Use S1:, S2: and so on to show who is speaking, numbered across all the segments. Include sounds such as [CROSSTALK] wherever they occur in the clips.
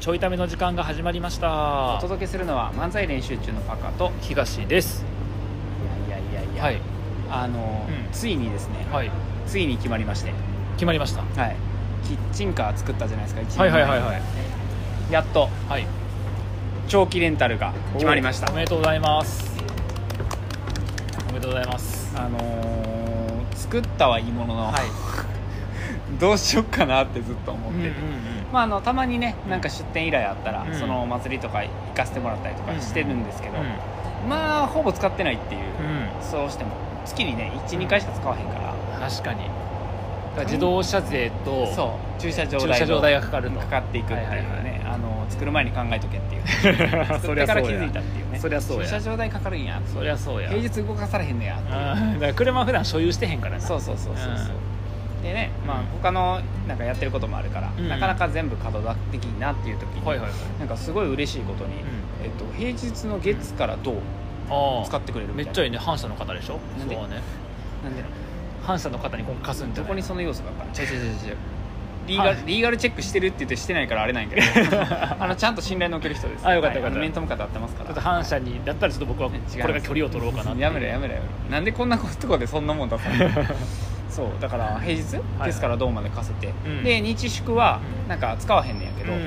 S1: ちょいための時間が始まりまし
S2: お
S1: た
S2: 届けするのは漫才練習中のパカと
S1: 東です
S2: いやいやいやいや、
S1: はい
S2: あの、
S1: うん
S2: ついにですね、
S1: はい
S2: ついに決まりまして、
S1: 決まりました
S2: はい、キッチンカー作ったじゃないですか1年
S1: はいはい
S2: 前
S1: はいはい
S2: やっと
S1: はい
S2: 長期レンタルが決まりました
S1: おめでとうございますおめでとうございます
S2: あのー作ったはいいものの、
S1: はい
S2: どうしよっかなってずっと思っ
S1: うん
S2: て
S1: うん
S2: て、
S1: うん
S2: まあ、あのたまにね
S1: うん
S2: なんか出店依頼あったら、
S1: うん
S2: そのお祭りとか行かせてもらったりとかしてるんですけど、
S1: う
S2: まあほぼ使ってないっていう、
S1: んうん
S2: そうしても月にね12回しか使わへんから
S1: 確かにだから自動車税と
S2: そう駐車場代
S1: 駐車場代がかかると
S2: かかっていくっていうね、
S1: はいはい
S2: あの作る前に考えとけっていう
S1: [LAUGHS]
S2: 作
S1: そ
S2: っ
S1: り
S2: て
S1: ゃそ
S2: か
S1: う
S2: ら気
S1: や
S2: づいたっていうね
S1: そりゃそうや
S2: 駐車場代かかるんや
S1: そりゃそうや
S2: 平日動かされへんのやっていう
S1: あーだから車普段所有してへんからな
S2: そうそうそうそうそう、でね、ま
S1: う
S2: あ
S1: ん、
S2: 他のなんかやってることもあるから、
S1: うん
S2: なかなか全部稼働できんなっていう時に、
S1: はいはいはい
S2: なんかすごい嬉しいことに、えっと、平日の月からどう
S1: あ
S2: 使
S1: あ
S2: ってくれる
S1: め
S2: み
S1: った
S2: いな
S1: ちゃいいね反社の方でしょ
S2: なんで
S1: そうね
S2: なんで
S1: 反社の方に今回貸すんじ
S2: ど
S1: ゃな
S2: こ
S1: い
S2: にその要素があったの違う違う違う違うリーガ
S1: は
S2: ル
S1: い
S2: リーガルチェックしてるって言ってしてないからあれなんやけど
S1: [LAUGHS]
S2: あのちゃんと信頼のおける人です
S1: あよかったよかった
S2: はいあの面と向かって会ってますか
S1: ちょっと
S2: ら
S1: 反射にだったらちょっと僕はこ
S2: 違います
S1: れが距離を取ろうかなっていう
S2: やめろやめろやめろなんでこんなとこでそんなもん出さない [LAUGHS] そうだから平日
S1: はい
S2: ですからどうまで貸せて、
S1: うん
S2: で日祝は
S1: うん
S2: なんか使わへんねんやけ
S1: け
S2: ど、
S1: ど、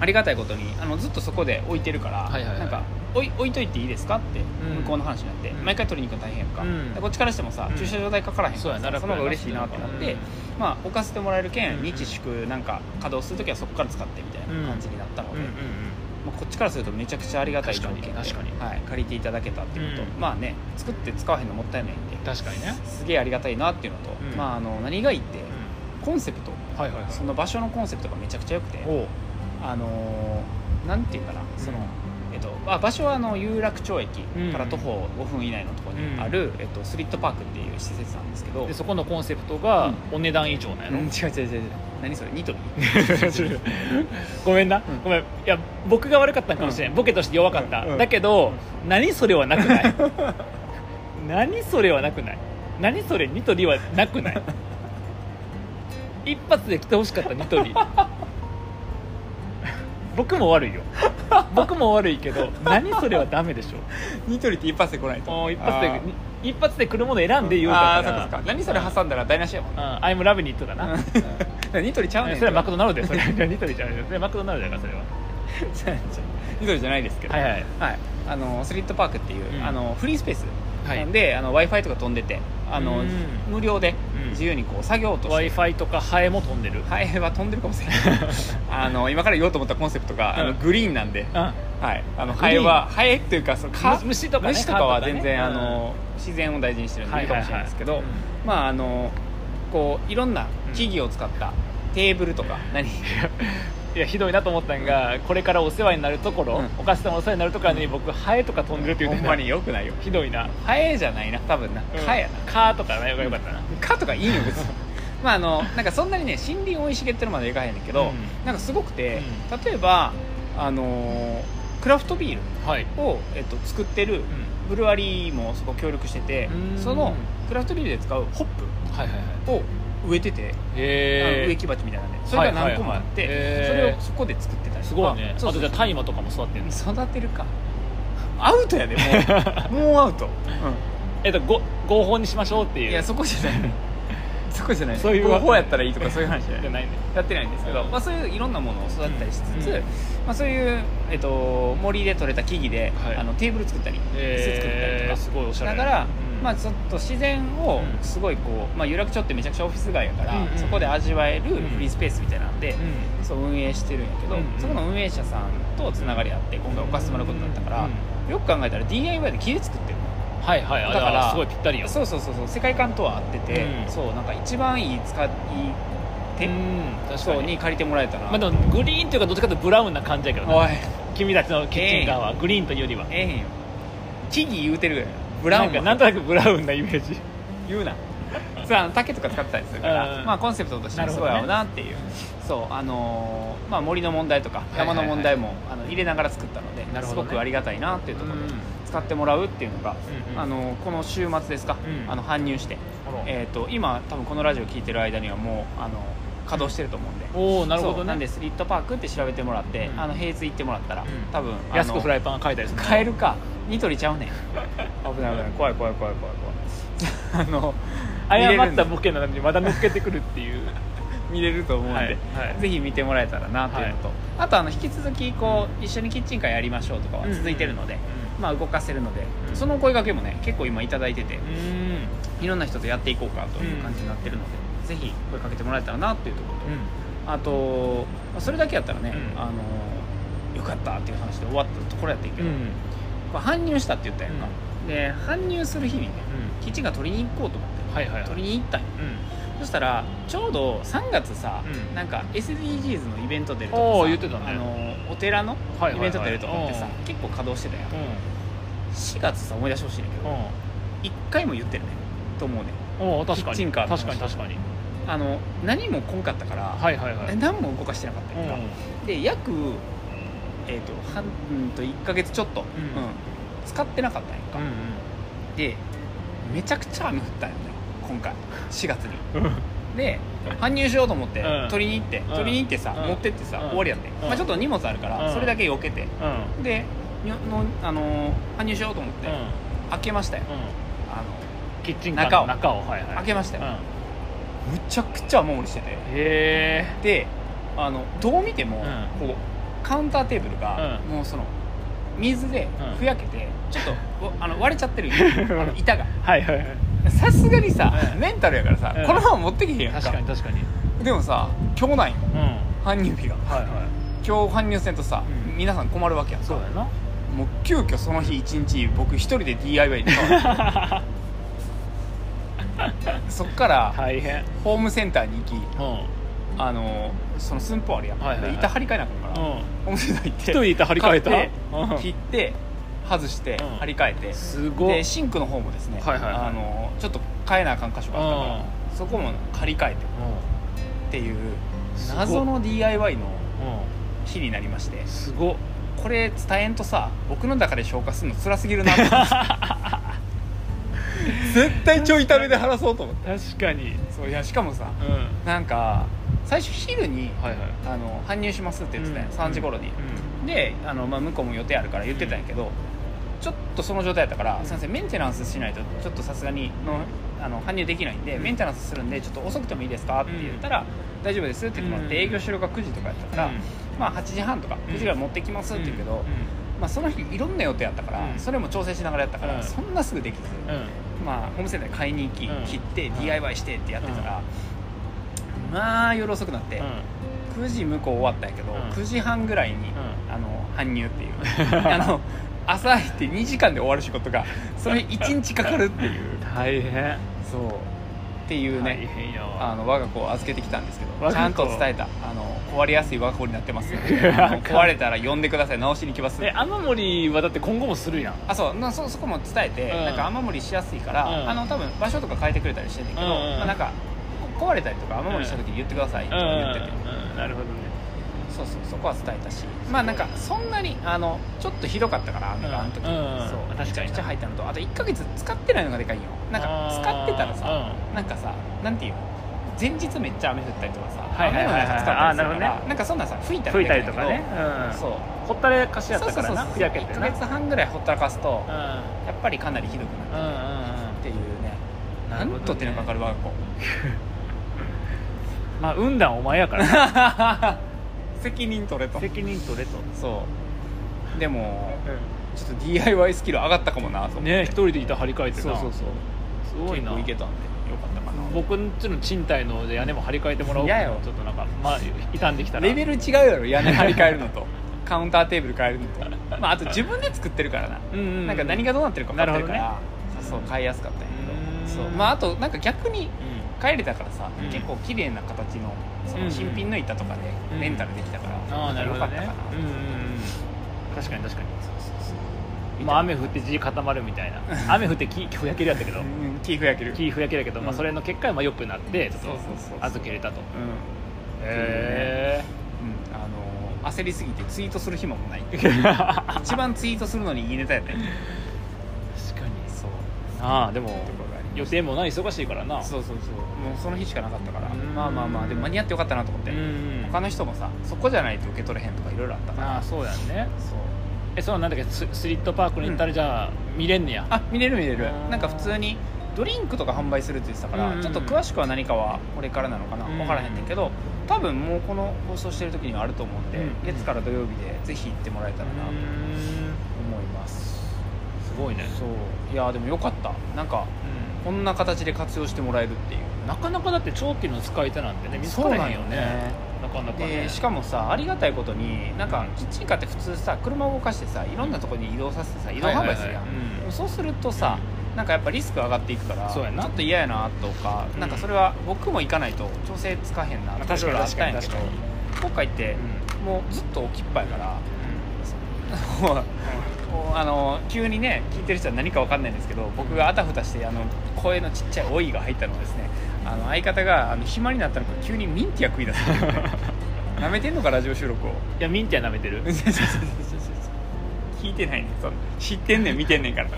S2: ありがたいことにあのずっとそこで置いてるから、
S1: はいはいはい
S2: なんか置い置いといていいですかって
S1: うん
S2: 向こうの話になって、
S1: うん
S2: 毎回取りに行くの大変やんか、
S1: うん
S2: でこっちからしてもさ、
S1: うん
S2: 駐車場代かからへん
S1: そう
S2: か
S1: や
S2: ら
S1: な
S2: さその方が嬉しいなってなって、
S1: うん
S2: まあ置かせてもらえるけん、
S1: うん
S2: 日祝なんか稼働する時はそこから使ってみたいな感じになったの
S1: うん
S2: で、
S1: うんうん
S2: まあ、こっちからするとめちゃくちゃありがたい条件で
S1: 確かに確
S2: はい、借りていただけたっていうこと、
S1: うん
S2: まあね作って使わへんのもったいないんで
S1: 確かにね、
S2: すげえありがたいなっていうのと、
S1: うん
S2: まあ、あの何がいいってコンセプト
S1: はいはいは
S2: その場所のコンセプトがめちゃくちゃ良くて
S1: おう
S2: あのーなんていうかなその、
S1: うん
S2: えっと、あ場所はあの有楽町駅から徒歩5分以内のところにある、えっと、スリットパークっていう施設なんですけど
S1: でそこのコンセプトがお値段以上なんやろ、
S2: うん違う違う違う違う何それニトリ
S1: ごめんな、
S2: ん
S1: ごめんいや僕が悪かったんかもしれない、ボケとして弱かった、
S2: うんうん
S1: だけど何それはなくない
S2: [LAUGHS]
S1: 何それはなくない何それニトリはなくない一発で来てほしかったニトリ [LAUGHS] 僕も悪いよ僕も悪いけど何それはダメでしょ
S2: [LAUGHS] ニトリって一発で来ない [LAUGHS] と
S1: もう一発で
S2: あー
S1: 一発で来るもの選んで言うた
S2: あー
S1: か
S2: そっ
S1: ら
S2: かそっか何それ挟んだら台無しやもんな
S1: うん、アイムラビニットだ
S2: [LAUGHS]
S1: な、
S2: ニトリちゃうねん
S1: それはマク
S2: [LAUGHS]
S1: ドナルドやそれはニトリじゃないそれはマクドナルドやからそれは
S2: じゃあじゃあニトリじゃないですけど、
S1: は
S2: はいい
S1: はい
S2: あのスリットパークっていう、
S1: うん
S2: あのフリースペース
S1: はい
S2: なんで、あの w i f i とか飛んでてあの、
S1: うん
S2: 無料で
S1: うん
S2: 自由にこう作業と
S1: w
S2: し
S1: i
S2: て、
S1: f i とかハエも飛んでる、
S2: ハエは飛んでるかもし
S1: [LAUGHS]
S2: れないあの今から言おうと思ったコンセプトが、あ
S1: う
S2: の
S1: ん
S2: グリーンなんで、
S1: う
S2: はい、あ
S1: グリー
S2: の
S1: ン
S2: ハエはハエっていうかその蚊
S1: む虫とかね
S2: 虫とかは
S1: 蚊とかね
S2: 全然、あの自然を大事にしてるん
S1: ん、
S2: でいいかもしれないですけど、
S1: うん
S2: まああのこういろんな木々を使ったテーブルとか、何
S1: いやひどいなと思ったんがこれからお世話になるところ、
S2: うん
S1: お母さんお世話になるところに僕ハエとか飛んでるって言
S2: ほ
S1: うんて
S2: まによくないよ
S1: ひどいな
S2: ハエじゃないな多分な蚊やな
S1: カーとかねよかったな
S2: 蚊とかいいよ別
S1: [LAUGHS]
S2: にまああのなんかそんなにね森林生い茂ってるまでいかへんねんけ
S1: う
S2: ど、
S1: ん
S2: なんかすごくて、例えばあのークラフトビール
S1: はい、
S2: を、えっと、作ってるブルワリーもそこ協力してて
S1: うん
S2: そのクラフトビールで使うホッ
S1: はいはいはい
S2: プを植えてて、あの
S1: へ
S2: 植木鉢みたいなんでそれが何個もあって、
S1: はいはいはいへー
S2: それをそこで作ってたり
S1: す
S2: と
S1: ご
S2: か
S1: いね
S2: そうそう
S1: あとじゃあ大麻とかも育ってるんです
S2: 育てるかアウトやで
S1: [LAUGHS]
S2: もうもうアウト、
S1: えっとご合法にしましょうっていう
S2: いやそこじ
S1: [LAUGHS]
S2: ゃないそこじゃない
S1: そういう
S2: 合法やったらいいとかそういう話じゃない
S1: じゃないね
S2: やってないんですけど、
S1: うん
S2: まあ、そういういろんなものを育てたりしつつ、
S1: うん
S2: まあ、そういう、えっと、森で採れた木々で、
S1: はい
S2: あのテーブル作ったり椅子作ったり
S1: え
S2: と
S1: ー
S2: か
S1: すごいおしゃれ
S2: だから、
S1: うん
S2: まあ、ちょっと自然
S1: う
S2: を
S1: ん
S2: すごいこう、まあ、有楽町ってめちゃくちゃオフィス街やから、
S1: うんうん
S2: そこで味わえ
S1: う
S2: る
S1: ん
S2: フリースペースみたいなんで、
S1: う
S2: そう運営してるんやけど、
S1: うんうん
S2: そこの運営者さんとつながりあって今回置かせてもらうことになったから、
S1: う
S2: よく考えたら DIY で木で作ってるの
S1: んはいはいあ
S2: だから
S1: すごいぴったりよ
S2: そうそうそうそう世界観とは合ってて、
S1: うん
S2: そうなんか一番いい使い手、
S1: うん確か
S2: そう
S1: に
S2: に借りてもらえたら、
S1: まあでもグリーンというかどっちかというとブラウンな感じやけどな
S2: おい
S1: 君たちのキッチンカーはグリーンというよりは
S2: ええへんよ木々言うてるぐらいブラウ
S1: なん
S2: ン
S1: か
S2: が
S1: なんとなくブラウンなイメージ
S2: 言うなそうあの竹とか使ってたりするか
S1: うんう
S2: ら、
S1: ん
S2: まあ、コンセプトとして
S1: な
S2: も
S1: る
S2: す
S1: ほ
S2: ご
S1: ど
S2: い
S1: ね
S2: 合うなっていうそうあのーまあ、森の問題とか
S1: いはいは
S2: 山
S1: い
S2: の問題も、あの入れながら作ったので
S1: なるほ
S2: す
S1: どね
S2: ごくありがたいなっていうところで
S1: うん
S2: 使ってもらうっていうのが、
S1: うんうん
S2: あのーこの週末ですか、
S1: うん
S2: あの搬入して、えー、と今多分このラジオ聞いてる間にはもうあの稼働してると思うんで、
S1: おおなるほ
S2: そ
S1: ど
S2: うなん
S1: ね
S2: でスリットパークって調べてもらって、
S1: うん
S2: あの平日行ってもらったら、
S1: うん
S2: 多分あの
S1: 安くフライパンが買えたりする
S2: 買えるかニトリちゃ
S1: [LAUGHS]
S2: うねん危ない危ない怖い怖い怖い怖い怖い [LAUGHS] あの
S1: 誤った
S2: 僕
S1: ボケなのにまだ乗っけてくるっていう
S2: 見れると思うんで、
S1: はいはい
S2: ぜひ見てもらえたらなというのと、あとあの引き続きこう一緒にキッチンカーやりましょうとかは [LAUGHS] 続いてるので、まあ、動かせるので、
S1: うん
S2: そのお声掛けもね結構今頂いただいてて、
S1: うんうん
S2: いろんな人とやっていこうかという感じになってるので、ぜひ声かけてもらえたらなというところと、あとまあそれだけやったらね、
S1: うん
S2: あのよかったっていう話で終わったところやってんけ
S1: うん
S2: ど、
S1: う
S2: こ
S1: ん
S2: れ搬入したって言ったやんか、で搬入する日にねキッチンカー取りに行こうと思って、
S1: はいはいはい
S2: 取りに行ったんよ
S1: うん
S2: そしたらちょうど3月さ、
S1: うん
S2: なんか SDGs のイベント出ると
S1: お
S2: か
S1: ー
S2: さ
S1: 言ってたね
S2: あのお寺の
S1: はいはいはい
S2: イベント出るとかってさ、
S1: う
S2: 結構稼働してたやん
S1: う
S2: 4月さ思い出してほしいんだけど
S1: んうん
S2: 1回も言ってるねと思うね
S1: おお確かに
S2: キッチンカーの
S1: 確
S2: 話
S1: かに確かに
S2: あの何も来んかったから、
S1: はいはいはい
S2: え何も動かしてなかった
S1: うん
S2: やんか、で約えっ、と半うんと1か月ちょっと、
S1: ん
S2: うん使ってなかったんやんか、でめちゃくちゃ雨降ったんよね今回4月に
S1: うんうん
S2: で搬入しようと思って
S1: うん
S2: 取りに行って
S1: ん
S2: 取りに行ってさ
S1: うん
S2: 持ってってさ
S1: うん
S2: 終わりやって
S1: ん
S2: まあちょっと荷物あるか
S1: う
S2: ら
S1: ん
S2: それだけ避けて
S1: うん
S2: でにのあのー搬入しようと思って
S1: うん
S2: 開けましたよ
S1: うん
S2: あ
S1: キッチンカーの中をはい
S2: の
S1: はい
S2: 開けました
S1: う
S2: よ
S1: ん
S2: むちゃくちゃ雨漏りしてて
S1: へえ
S2: であのどう見ても
S1: う
S2: こうカウンターテーブルが
S1: う
S2: もうその水で
S1: うん
S2: ふやけてちょっ
S1: [LAUGHS]
S2: とわあの割れちゃってるよあの板が
S1: はいはいはい
S2: さすがにさ
S1: うん
S2: メンタルやからさ
S1: うん
S2: このまま持ってけへんやん
S1: 確かに確かに
S2: でもさ今日なんよ
S1: うん
S2: 搬入日が
S1: はいはい
S2: 今日搬入せんとさ、
S1: うん
S2: 皆さん困るわけやんか
S1: そうやな
S2: もう急遽その日一日僕一人で DIY で
S1: [LAUGHS]
S2: そっから
S1: [LAUGHS] 大変
S2: ホームセンターに行き
S1: うん
S2: あのその寸法あるやん、
S1: はいはいはい
S2: で板張り替えなあかんから、ホ
S1: うん
S2: ームセンター行って
S1: 一人板張り替えた
S2: 買って
S1: うん
S2: 切って外して、
S1: うん
S2: 張り替えて
S1: すごい
S2: でシンクの方もですね、
S1: はいはいはい
S2: あのちょっと変えなあかん箇所があったから、そこも張り替えてっていう
S1: すご
S2: 謎の DIY の
S1: うんう
S2: 日になりまして
S1: んす [LAUGHS] ごっ
S2: これ伝えんとさ僕の中で消化するの辛すぎるなと
S1: [LAUGHS]
S2: 思って絶対ちょい痛めで話そうと思って
S1: 確かに
S2: そういやしかもさ
S1: うん
S2: なんか最初昼に
S1: はいはい
S2: あの搬入しますって言ってたやん、
S1: うん
S2: 3時頃に、であの、まあ、向こうも予定あるから言ってたんやけど、ちょっとその状態やったから「先生メンテナンスしないとちょっとさすがにのあの搬入できないんで、
S1: うん
S2: メンテナンスするんでちょっと遅くてもいいですか?」って言ったら「大丈夫です」って言ってもらって、
S1: うん
S2: 営業終了が9時とかやった
S1: うん
S2: から、まあ8時半とか9時ぐらい持ってきますって言うけど、まあ、その日いろんな予定やったから、
S1: うん
S2: それも調整しながらやったから、
S1: うん
S2: そんなすぐできず、
S1: うんうん
S2: まあ、ホームセンターで買いに行き、
S1: うん
S2: 切って、
S1: うん
S2: DIY してってやってたら、まあ夜遅くなって、9時向こう終わったんやけど、
S1: うん
S2: 9時半ぐらいに、
S1: う
S2: あの搬入っていう
S1: [LAUGHS]
S2: あの朝入って2時間で終わる仕事がそれ1日かかるっていう
S1: 大変
S2: そうっていう
S1: 大
S2: ね
S1: 変や
S2: あ
S1: わ
S2: の我が子を預けてきたんですけど
S1: 我が子
S2: ちゃんと伝えたあの壊れやすい我が子になってますの
S1: [LAUGHS]
S2: であの壊れたら呼んでください直しに来ます
S1: え雨漏りはだって今後もするやん
S2: あそうなそそこも伝えて、
S1: うん
S2: なんか雨漏りしやすいから、
S1: うん
S2: あの多分場所とか変えてくれたりしてんねんけど、
S1: うんうんうん
S2: まあ、なんかこ壊れたりとか雨漏りした時に言ってくださいって言ってて、
S1: うんなるほどね
S2: そうそうそこは伝えたしまあなんかそんなにあのちょっとひどかったから雨があの時、
S1: うん
S2: そう
S1: うん確かにな
S2: めちゃくちゃ入ったのとあと1か月使ってないのがでかいよなんか使ってたらさ
S1: あ
S2: なんかさなんていうの前日めっちゃ雨降ったりとかさ、
S1: はいはいはいはい
S2: 雨の中使ったりする
S1: あーな
S2: か
S1: る
S2: ら
S1: ほどね
S2: なんかそんなんさ吹いた
S1: ー
S2: ら
S1: 吹いた
S2: で
S1: り
S2: か
S1: と
S2: ん
S1: か
S2: や
S1: ね
S2: け
S1: うん
S2: どそう
S1: ほったらかしやった
S2: そうそ
S1: か
S2: うそ
S1: ら
S2: う
S1: なふやけて
S2: 1か
S1: な
S2: 月半ぐらいほったらかすとや
S1: う
S2: っぱりかなりひどくなる
S1: んうんうんうん
S2: っていうね
S1: な
S2: な
S1: るほどね
S2: んと手のかかる我が
S1: [LAUGHS]
S2: 子
S1: まあ運断お前やからな
S2: 責任取れ
S1: [LAUGHS]
S2: と
S1: 責任取れと
S2: そうでもちょっと DIY スキル上がったかもなと思って
S1: ね一人で板張り替えてな
S2: そうそうそう
S1: すごいな
S2: 結構いけたんでよかったかな
S1: 僕んちの賃貸の屋根も張り替えてもらおうか
S2: 嫌よ
S1: なちょっとなんかまあ傷んできたら
S2: レベル違うやろ屋根張り替える
S1: [LAUGHS]
S2: のとカウンターテーブル変えるのと、まあ、あと自分で作ってるからな、
S1: うんうんうん
S2: なんか何がどうなってるか分かってるか
S1: なる
S2: らそう買いやすかったんや
S1: うーん
S2: けどそうまああとなんか逆に
S1: うん
S2: 帰れたからさ、
S1: うん
S2: 結構綺麗な形のその新品の板とか
S1: うん
S2: でレンタルできたから、
S1: ああなるほど
S2: よ
S1: ね
S2: かったか
S1: うん
S2: な、
S1: うんうん確かに確かにまあ雨降って地固まるみたいな雨降って木木ふやけるやったけ [LAUGHS] ど
S2: うんキーフ焼ける
S1: 木ふやけるやけど、ま
S2: う
S1: あ、
S2: ん
S1: それの結果まあ良くなってちょっ
S2: そうそうそう
S1: と預けれたと
S2: うん、うん
S1: へ
S2: あのー焦りすぎてツイートする暇
S1: [LAUGHS]
S2: もない
S1: え確か
S2: 一番ツイートするのにいいネタやったんやけど
S1: に
S2: そう
S1: ああでも
S2: ところがあり
S1: 予定もない忙しいからな
S2: そうそうそうもうその日しかなかったから
S1: うん
S2: まあまあまあでも間に合ってよかったなと思って、
S1: ん
S2: 他の人もさそこじゃないと受け取れへんとかいろいろあったから
S1: ああそうやんね
S2: そう
S1: えそのなんだっけススリットパークに行ったらじゃあ、見れんねや
S2: あ見れる見れる
S1: あー
S2: なんか普通にドリンクとか販売するって言ってたか
S1: う
S2: ら、
S1: んうんうん
S2: ちょっと詳しくは何かはこれからなのかな、
S1: うん
S2: 分からへんねんけど多分もうこの放送してる時にはあると思うんで、
S1: うんうん
S2: 月から土曜日でぜひ行ってもらえたらなと思います、
S1: すごいね
S2: そういやーでもよかったなんかこんな形で活用してもらえるっていう
S1: なかなかだって長期の使い手なんてね見つからへんよねなかなかね
S2: でしかもさありがたいことになんかキッチンカーって普通さ車を動かしてさいろんなとこに移動させてさ移動販
S1: はいは
S2: 売するやん、
S1: いはいうん
S2: そうするとさなんかやっぱリスク上がっていくから
S1: そうやな
S2: ちょっと嫌やなとか、
S1: うん
S2: なんかそれは僕も行かないと調整つかへんなと
S1: まあ確かに
S2: いろいろあったんやけど
S1: 確かに
S2: 今回ってもうずっと置きっぱやからもうもうあの急にね聞いてる人は何かわかんないんですけど僕があたふたしてあの声のちっちゃい「おい」が入ったのはですねあの相方があの暇になったのか急にミンティア食い出す [LAUGHS] なめてんのかラジオ収録を [LAUGHS]
S1: いやミンティア舐めてる
S2: 聞いてないねんその知ってんねん見てんねんから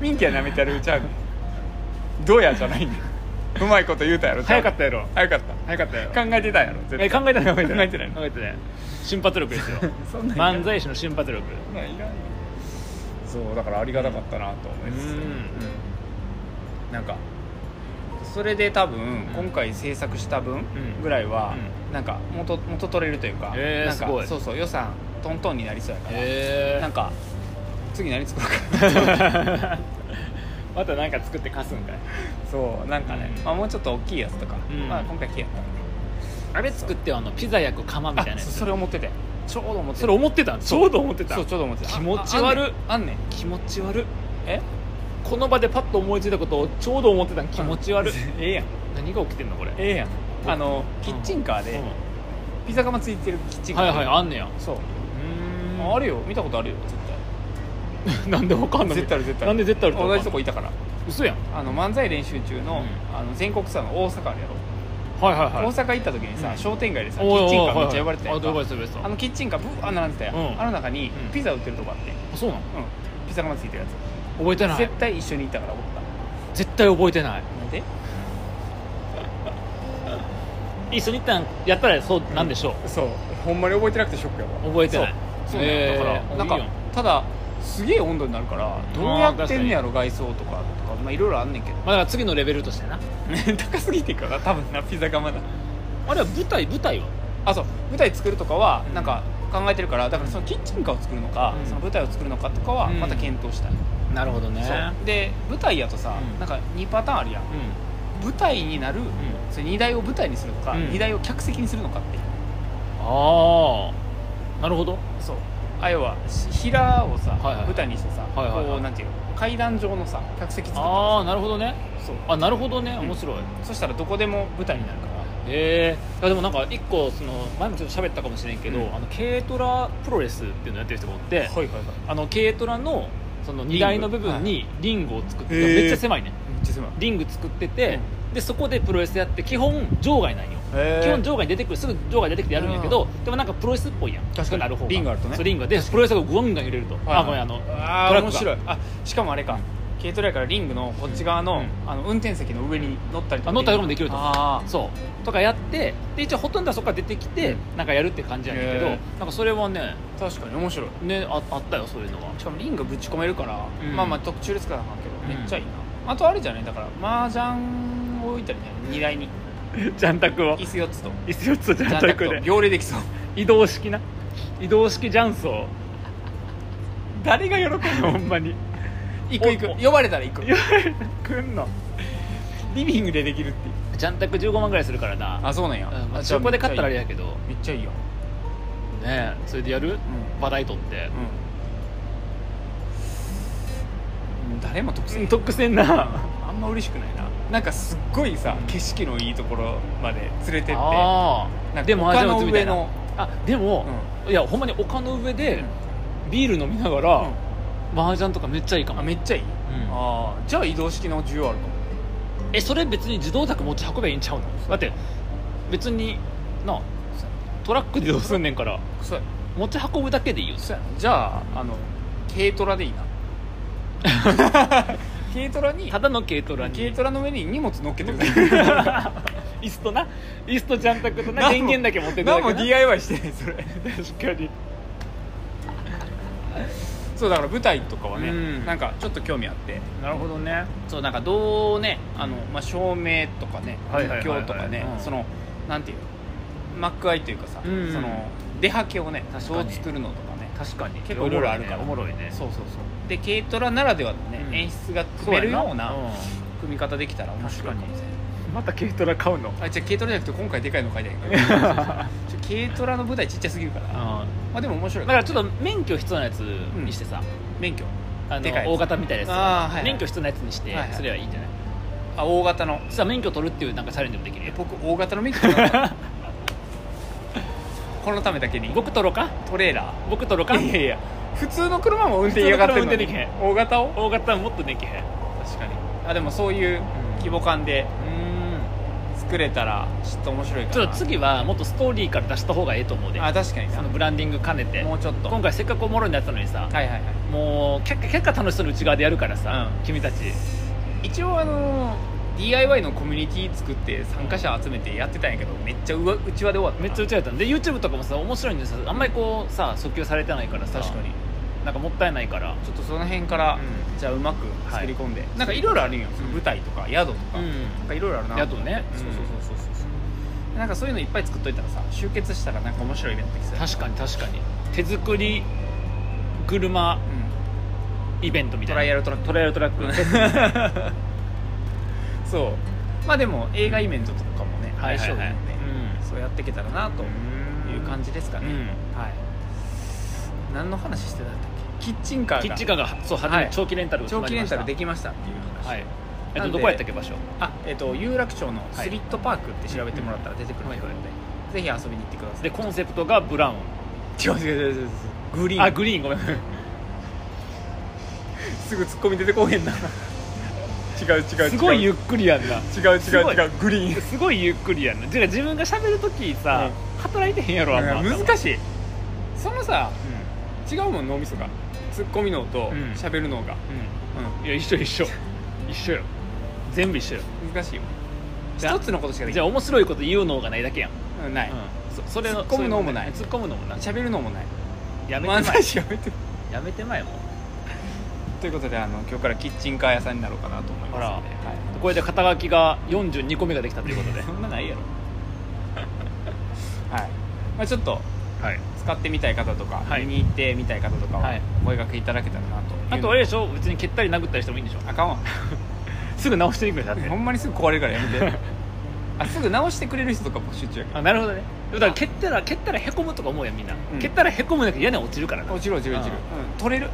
S2: ミンティアなめてるちゃうねんどうやじゃないねんうまいこと言うたやろ
S1: 早かった
S2: や
S1: やろ
S2: 早かっ
S1: 早かったやろ
S2: た考えてたやろ絶
S1: え考えてない
S2: 考えてない
S1: 考えてない瞬発力ですよ
S2: [LAUGHS] そんなんいらん
S1: 漫才師の瞬発力
S2: そんなんいらんよそうだからありがたかったなと思います、
S1: うん
S2: うんなんかそれで多分
S1: うん
S2: 今回制作した分
S1: ん
S2: ぐらいはなんか元元取れるというか,、
S1: えー
S2: なんか
S1: すごい
S2: そうそう予算トントンになりそうやから、
S1: へ
S2: なんか次何作ろうかな
S1: [LAUGHS] え [LAUGHS] また何か作って貸すんかい
S2: そうなんかね、
S1: うん
S2: まあ、もうちょっと大きいやつとか、
S1: うん
S2: まあ、今回消えた
S1: あれ作ってよあのピザ焼く釜みたいな
S2: あ
S1: や
S2: そ
S1: つ
S2: それ思っててちょうど思って
S1: それ思ってたんちょうど思ってた
S2: そうちょうど思ってた
S1: 気持ち悪っ
S2: ああんねんあんねん
S1: 気持ち悪っ
S2: え
S1: この場でパッと思いついたことをちょうど思ってたん気持ち悪っ
S2: ええやん
S1: 何が起きてんのこれ
S2: ええやんあのキッチンカーで
S1: う
S2: ピザ窯ついてるキッチン
S1: ん
S2: カー
S1: はい
S2: で
S1: はいあんねや
S2: そう
S1: うん
S2: ああるよ見たことあるよ絶対
S1: なんでわかんない
S2: 絶対ある絶対
S1: なんで絶対ある
S2: 同じとこ
S1: い
S2: いたから
S1: 嘘やん
S2: あの漫才練習中の,、
S1: う
S2: あの全国ツアーの大阪あるやろ、
S1: はいはいはい
S2: 大阪行った時にさ、
S1: うん
S2: 商店街でさキ
S1: おいおい
S2: ッチンカ
S1: はい
S2: ーめっちゃ呼ばれてたやん
S1: あ呼ば
S2: か
S1: れてた呼ばれてた
S2: あのキッチンカーブワー並んでたやん、
S1: うん
S2: あの中に
S1: うん
S2: ピザ売ってるとこあって、うん、
S1: あそうなの
S2: ピザ窯ついてるや
S1: 覚えて
S2: つ
S1: ない
S2: 絶対一緒に行ったから思っ
S1: 絶対覚えてない
S2: たなんで
S1: [LAUGHS] 一緒に行ったんやったらそうなんでしょう、
S2: そうほんまに覚えてなくてショックやわ
S1: 覚えてない
S2: そうそうなんや
S1: へー
S2: だから
S1: いい
S2: なん
S1: やん
S2: かただすげえ温度になるからどうやってんねやろ外装とかとかまあいろいろあんねんけど
S1: まあだから次のレベルとしてな
S2: [LAUGHS] 高すぎてから多分なピザ窯だ
S1: あれは舞台舞台は
S2: あそう舞台作るとかはなんか考えてるからだからそのキッチンカーを作るのか、
S1: うん
S2: その舞台を作るのかとかは
S1: うん
S2: また検討したい、
S1: なるほどね
S2: そうで舞台やとさ、
S1: うん
S2: なんか2パターンあるやん
S1: うん
S2: 舞台になる、それ荷台を舞台にするのか、
S1: うん
S2: 荷台を客席にするのかっていう
S1: ああなるほど
S2: そうあ要は平をさ、
S1: はいはい
S2: 舞台にしてさ、
S1: はいはいはい
S2: こうなんていうの階段状のさ客席作った
S1: ああ
S2: ら
S1: なるほどね
S2: さそう
S1: あなるほどね
S2: ん
S1: 面白い、
S2: そしたらどこでも舞台になるから
S1: へえいやでもなんか一個その前もちょっと喋ったかもしれんけど、
S2: う
S1: あ
S2: ん
S1: の軽トラプロレスっていうのやってる人がおって、
S2: いはいはい
S1: あの軽トラのその荷台の部分にリングを作って、
S2: はい
S1: めっちゃ狭いね
S2: めっちゃ狭い
S1: リング作ってて、でそこでプロレスやって基本場外なんよ基本場外に出てくるすぐ場外に出てきてやるんやけどでもなんかプロレスっぽいやん
S2: 確かに
S1: なる方が
S2: リングあるとね
S1: そうリングがでプロレスがゴンガン揺れると、
S2: はいはい
S1: あごめんあの
S2: あ
S1: トラ
S2: あ
S1: ックが
S2: 面白いあしかもあれか軽トラやからリングのこっち側の,、
S1: う
S2: あの運転席の上に乗ったりとか
S1: あ乗ったりとかもできると
S2: あ
S1: そうとかやってで一応ほとんどはそこから出てきて、なんかやるって感じやねんけど
S2: へ
S1: なんかそれはね
S2: ー確かに面白い
S1: ねああったよそういうのは
S2: [LAUGHS] しかもリングぶち込めるから、
S1: うん
S2: まあまあ特注で使わなあかんけど、
S1: うん
S2: めっちゃいいなあとあれじゃないだから麻雀を置いたりね荷台に
S1: ジャンタクを
S2: 椅子4つと
S1: [LAUGHS] 椅子4つジ
S2: ジャン [LAUGHS] タクと秒齢で
S1: [LAUGHS]
S2: きそう
S1: 移動式な移動式ジャンソ
S2: 誰が喜ぶ
S1: ー
S2: [LAUGHS]
S1: ほんまに
S2: 行く行
S1: お
S2: く呼ばれたら行
S1: [LAUGHS]
S2: く
S1: くんの
S2: リビングでできるっていう
S1: ジャンタク15万ぐらいするからな
S2: あそうなんや、
S1: うんまあ
S2: あじゃ
S1: 中古で
S2: めちゃ
S1: 買ったらあれ
S2: いい
S1: やけど
S2: めっちゃいいやん
S1: ねえそれでやる話題取って
S2: うん、うん、誰も得する
S1: 特選な
S2: あんま嬉しくないななんかすっごいさ景色のいいところまで連れてって
S1: あ
S2: なんか
S1: あでも
S2: 丘
S1: あ
S2: の上
S1: な
S2: の
S1: あでも、いやほんまに丘の上でビール飲みながら、麻雀とかめっちゃいいか
S2: うん
S1: も
S2: あめっちゃいい、ああじゃあ移動式の需要あるかも
S1: えそれ別に自動宅持ち運べばいいんちゃうのだって別になトラックで移動すんねんから
S2: そうや
S1: 持ち運ぶだけでいいよ [LAUGHS]
S2: そうやじゃああの軽トラでいいな軽トラに
S1: ただの軽トラに
S2: 軽トラの上に荷物乗っ
S1: [LAUGHS]
S2: けてください
S1: 椅子とな椅子とジャンタクとな
S2: 何も
S1: 電源だけ持ってくだ
S2: 何
S1: けな
S2: も DIY してないそれ
S1: 確かに
S2: そうだから舞台とかはね、
S1: うん
S2: なんかちょっと興味あって
S1: なるほどね
S2: そうなんかどうねあの、まあ、照明とかね
S1: はいはいはい
S2: 仏教とかね
S1: うん
S2: そのなんていう幕開というかさ、
S1: うん
S2: その出はけをね
S1: 確か
S2: ど
S1: に
S2: う作るのとかね
S1: 確かに
S2: 結構いろいろあるから
S1: おもろいね
S2: そうそうそうで軽トラならではのね、
S1: うん
S2: 演出が
S1: そう
S2: 組
S1: や
S2: めるような
S1: う
S2: 組み方できたら面白いかもしれない
S1: んまた軽トラ買う
S2: [LAUGHS]
S1: の
S2: あじゃあ軽トラじゃなくて今回でかいの買いたいから
S1: [LAUGHS]
S2: ちょ軽トラの舞台ちっちゃすぎるからま
S1: だ
S2: あでも面白い
S1: からちょっと免許必要なやつにしてさ、
S2: 免許
S1: あの
S2: でかいやつ
S1: 大型みたいなやつ
S2: あーはいはい
S1: 免許必要なやつにして
S2: はいはい
S1: すればいいんじゃない
S2: あ大型の
S1: 実は免許取るっていうなんかチャレンジもできるよ
S2: 僕大型
S1: [LAUGHS]
S2: の免許取らないこのためだけに
S1: 僕取ろうか
S2: トレーラ
S1: 僕取ろうか
S2: ーいやいや普通の車も運転嫌がってるの
S1: 普
S2: に
S1: 通の車運
S2: 大型を
S1: 大型はもっとできへん
S2: 確かにあでもそういう規模感で作れたらちょっと面白いかな
S1: ちょっと次はもっとストーリーから出した方がええと思うで
S2: あ確かに
S1: そ
S2: な
S1: のブランディング兼ねて
S2: もうちょっと
S1: 今回せっかくおもろいのやったのにさ、
S2: はいはいはい
S1: もう結果結果楽しそうに内側でやるからさ、
S2: う
S1: 君たち
S2: 一応あの DIY のコミュニティ作って参加者集めてやってたんやけどめっちゃうわうちわで終わったな
S1: めっちゃ打ち合ったんで YouTube とかもさ面白いんですよあんまりこうさ訴求されてないからさ
S2: 確かに
S1: なんかもったいないから
S2: ちょっとその辺から、
S1: う
S2: じゃあうまく作り込んで、なんかいろいろあるんよ、その舞台とか宿とか、なんかいろいろあるな
S1: やっとね
S2: そうそうそうそうそうそうなんかそういうのいっぱい作っといたらさ集結したらなんか面白いイベントできそうや
S1: 確かに確かに手作り車
S2: うん
S1: イベントみたい
S2: ト
S1: な
S2: ライアルトラック
S1: トライアルトラック
S2: [LAUGHS] そうまあでも映画イベントとかもね相性いいので、そうやっていけたらなという感
S1: じ
S2: じですかね、はい何の話してたんだっけキッチンカーが
S1: キッチンカーがそう初
S2: は
S1: め
S2: い
S1: 長期レンタルが決
S2: 長
S1: ま
S2: 期
S1: り
S2: レ
S1: ま
S2: ン
S1: し
S2: タ
S1: た
S2: ルできましたっていう話、
S1: はいえっ
S2: な
S1: と
S2: んで
S1: どこやったっけ場所
S2: あえっと有楽町のスリットパークって調べてもらったら出てくると思うので、ぜひ遊びに行ってください
S1: でコンセプトがブラウン
S2: 違う違う違う違うグリーン
S1: あグリーンごめん
S2: [LAUGHS] すぐツッコミ出てこう
S1: [LAUGHS]
S2: へんな違う違う違う
S1: すごいゆっくりやんな
S2: 違う違う
S1: すごい
S2: 違うグリーン
S1: すごいゆっくりやんなじゃあ自分が喋るときさ、働いてへんやろあんま
S2: 難しいそのさ違うもん脳みそがツッコミ脳と
S1: うん
S2: 喋る脳が、
S1: うんいや一緒一緒一緒よ全部一緒よ
S2: うん難しいよ
S1: じゃあ
S2: 一つのことしかでき
S1: じ
S2: な
S1: ゃ
S2: い
S1: あ面白いこと言うのがないだけやん、
S2: うんない
S1: そそれの
S2: 突っ込むのもない
S1: そううの突っ込むのもない
S2: 喋るのもない
S1: やめ
S2: 漫
S1: てまえ
S2: 才師やめて
S1: やめてまえも
S2: [LAUGHS] ということであの今日からキッチンカー屋さんになろうかなと思いますので、はいう
S1: これで肩書きが42個目ができたということで
S2: そんなないやろ [LAUGHS] はい、まあ、ちょっと
S1: [LAUGHS] はい
S2: 使ってみたい方とか、
S1: はい
S2: 見に行ってみたい方とかは
S1: はい
S2: お声掛けいただけたらなと
S1: あとあれでしょ別に蹴ったり殴ったりしてもいいんでしょ
S2: あかんわ
S1: [LAUGHS] すぐ直していくんだって
S2: ほんまにすぐ壊れるからや
S1: [LAUGHS]
S2: めてあすぐ直してくれる人とか募集中やか
S1: あなるほどねだから蹴ったら蹴ったらへこむとか思うやんみんな、
S2: うん
S1: 蹴ったらへこむだけ嫌な落ちるから
S2: ら
S1: な
S2: 落ちる落ちる落ちる、うん、取れる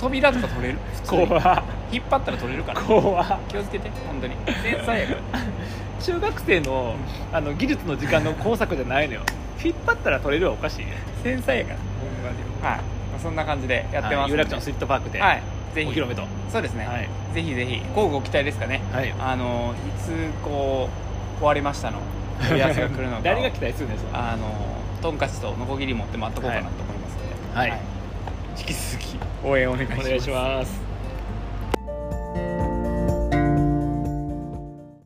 S2: 扉とか取れる普通に
S1: 怖
S2: 引っ張ったら取れるから
S1: 怖
S2: 気をつけて本当に繊細やから
S1: 中学生のあの技術の時間の工作じゃないのよ引っ張ったら取れるはおかしいね
S2: 繊細やからほんまにはい、まあ、そんな感じでやってます
S1: はい有楽町のスイ
S2: イ
S1: ートパークで、
S2: はいぜ
S1: お
S2: ひ
S1: 披露目と
S2: そうですね、
S1: はい
S2: ぜひぜひ乞うご期待ですかね
S1: はい
S2: あのいつこう壊れましたの問い合わせが来るのか
S1: [LAUGHS] 誰が期待するんですか
S2: あのトンカチとノコギリ持って待っとこうかなと思いますので、
S1: はい
S2: 引き続き応援お願いし
S1: お
S2: ます
S1: 願いします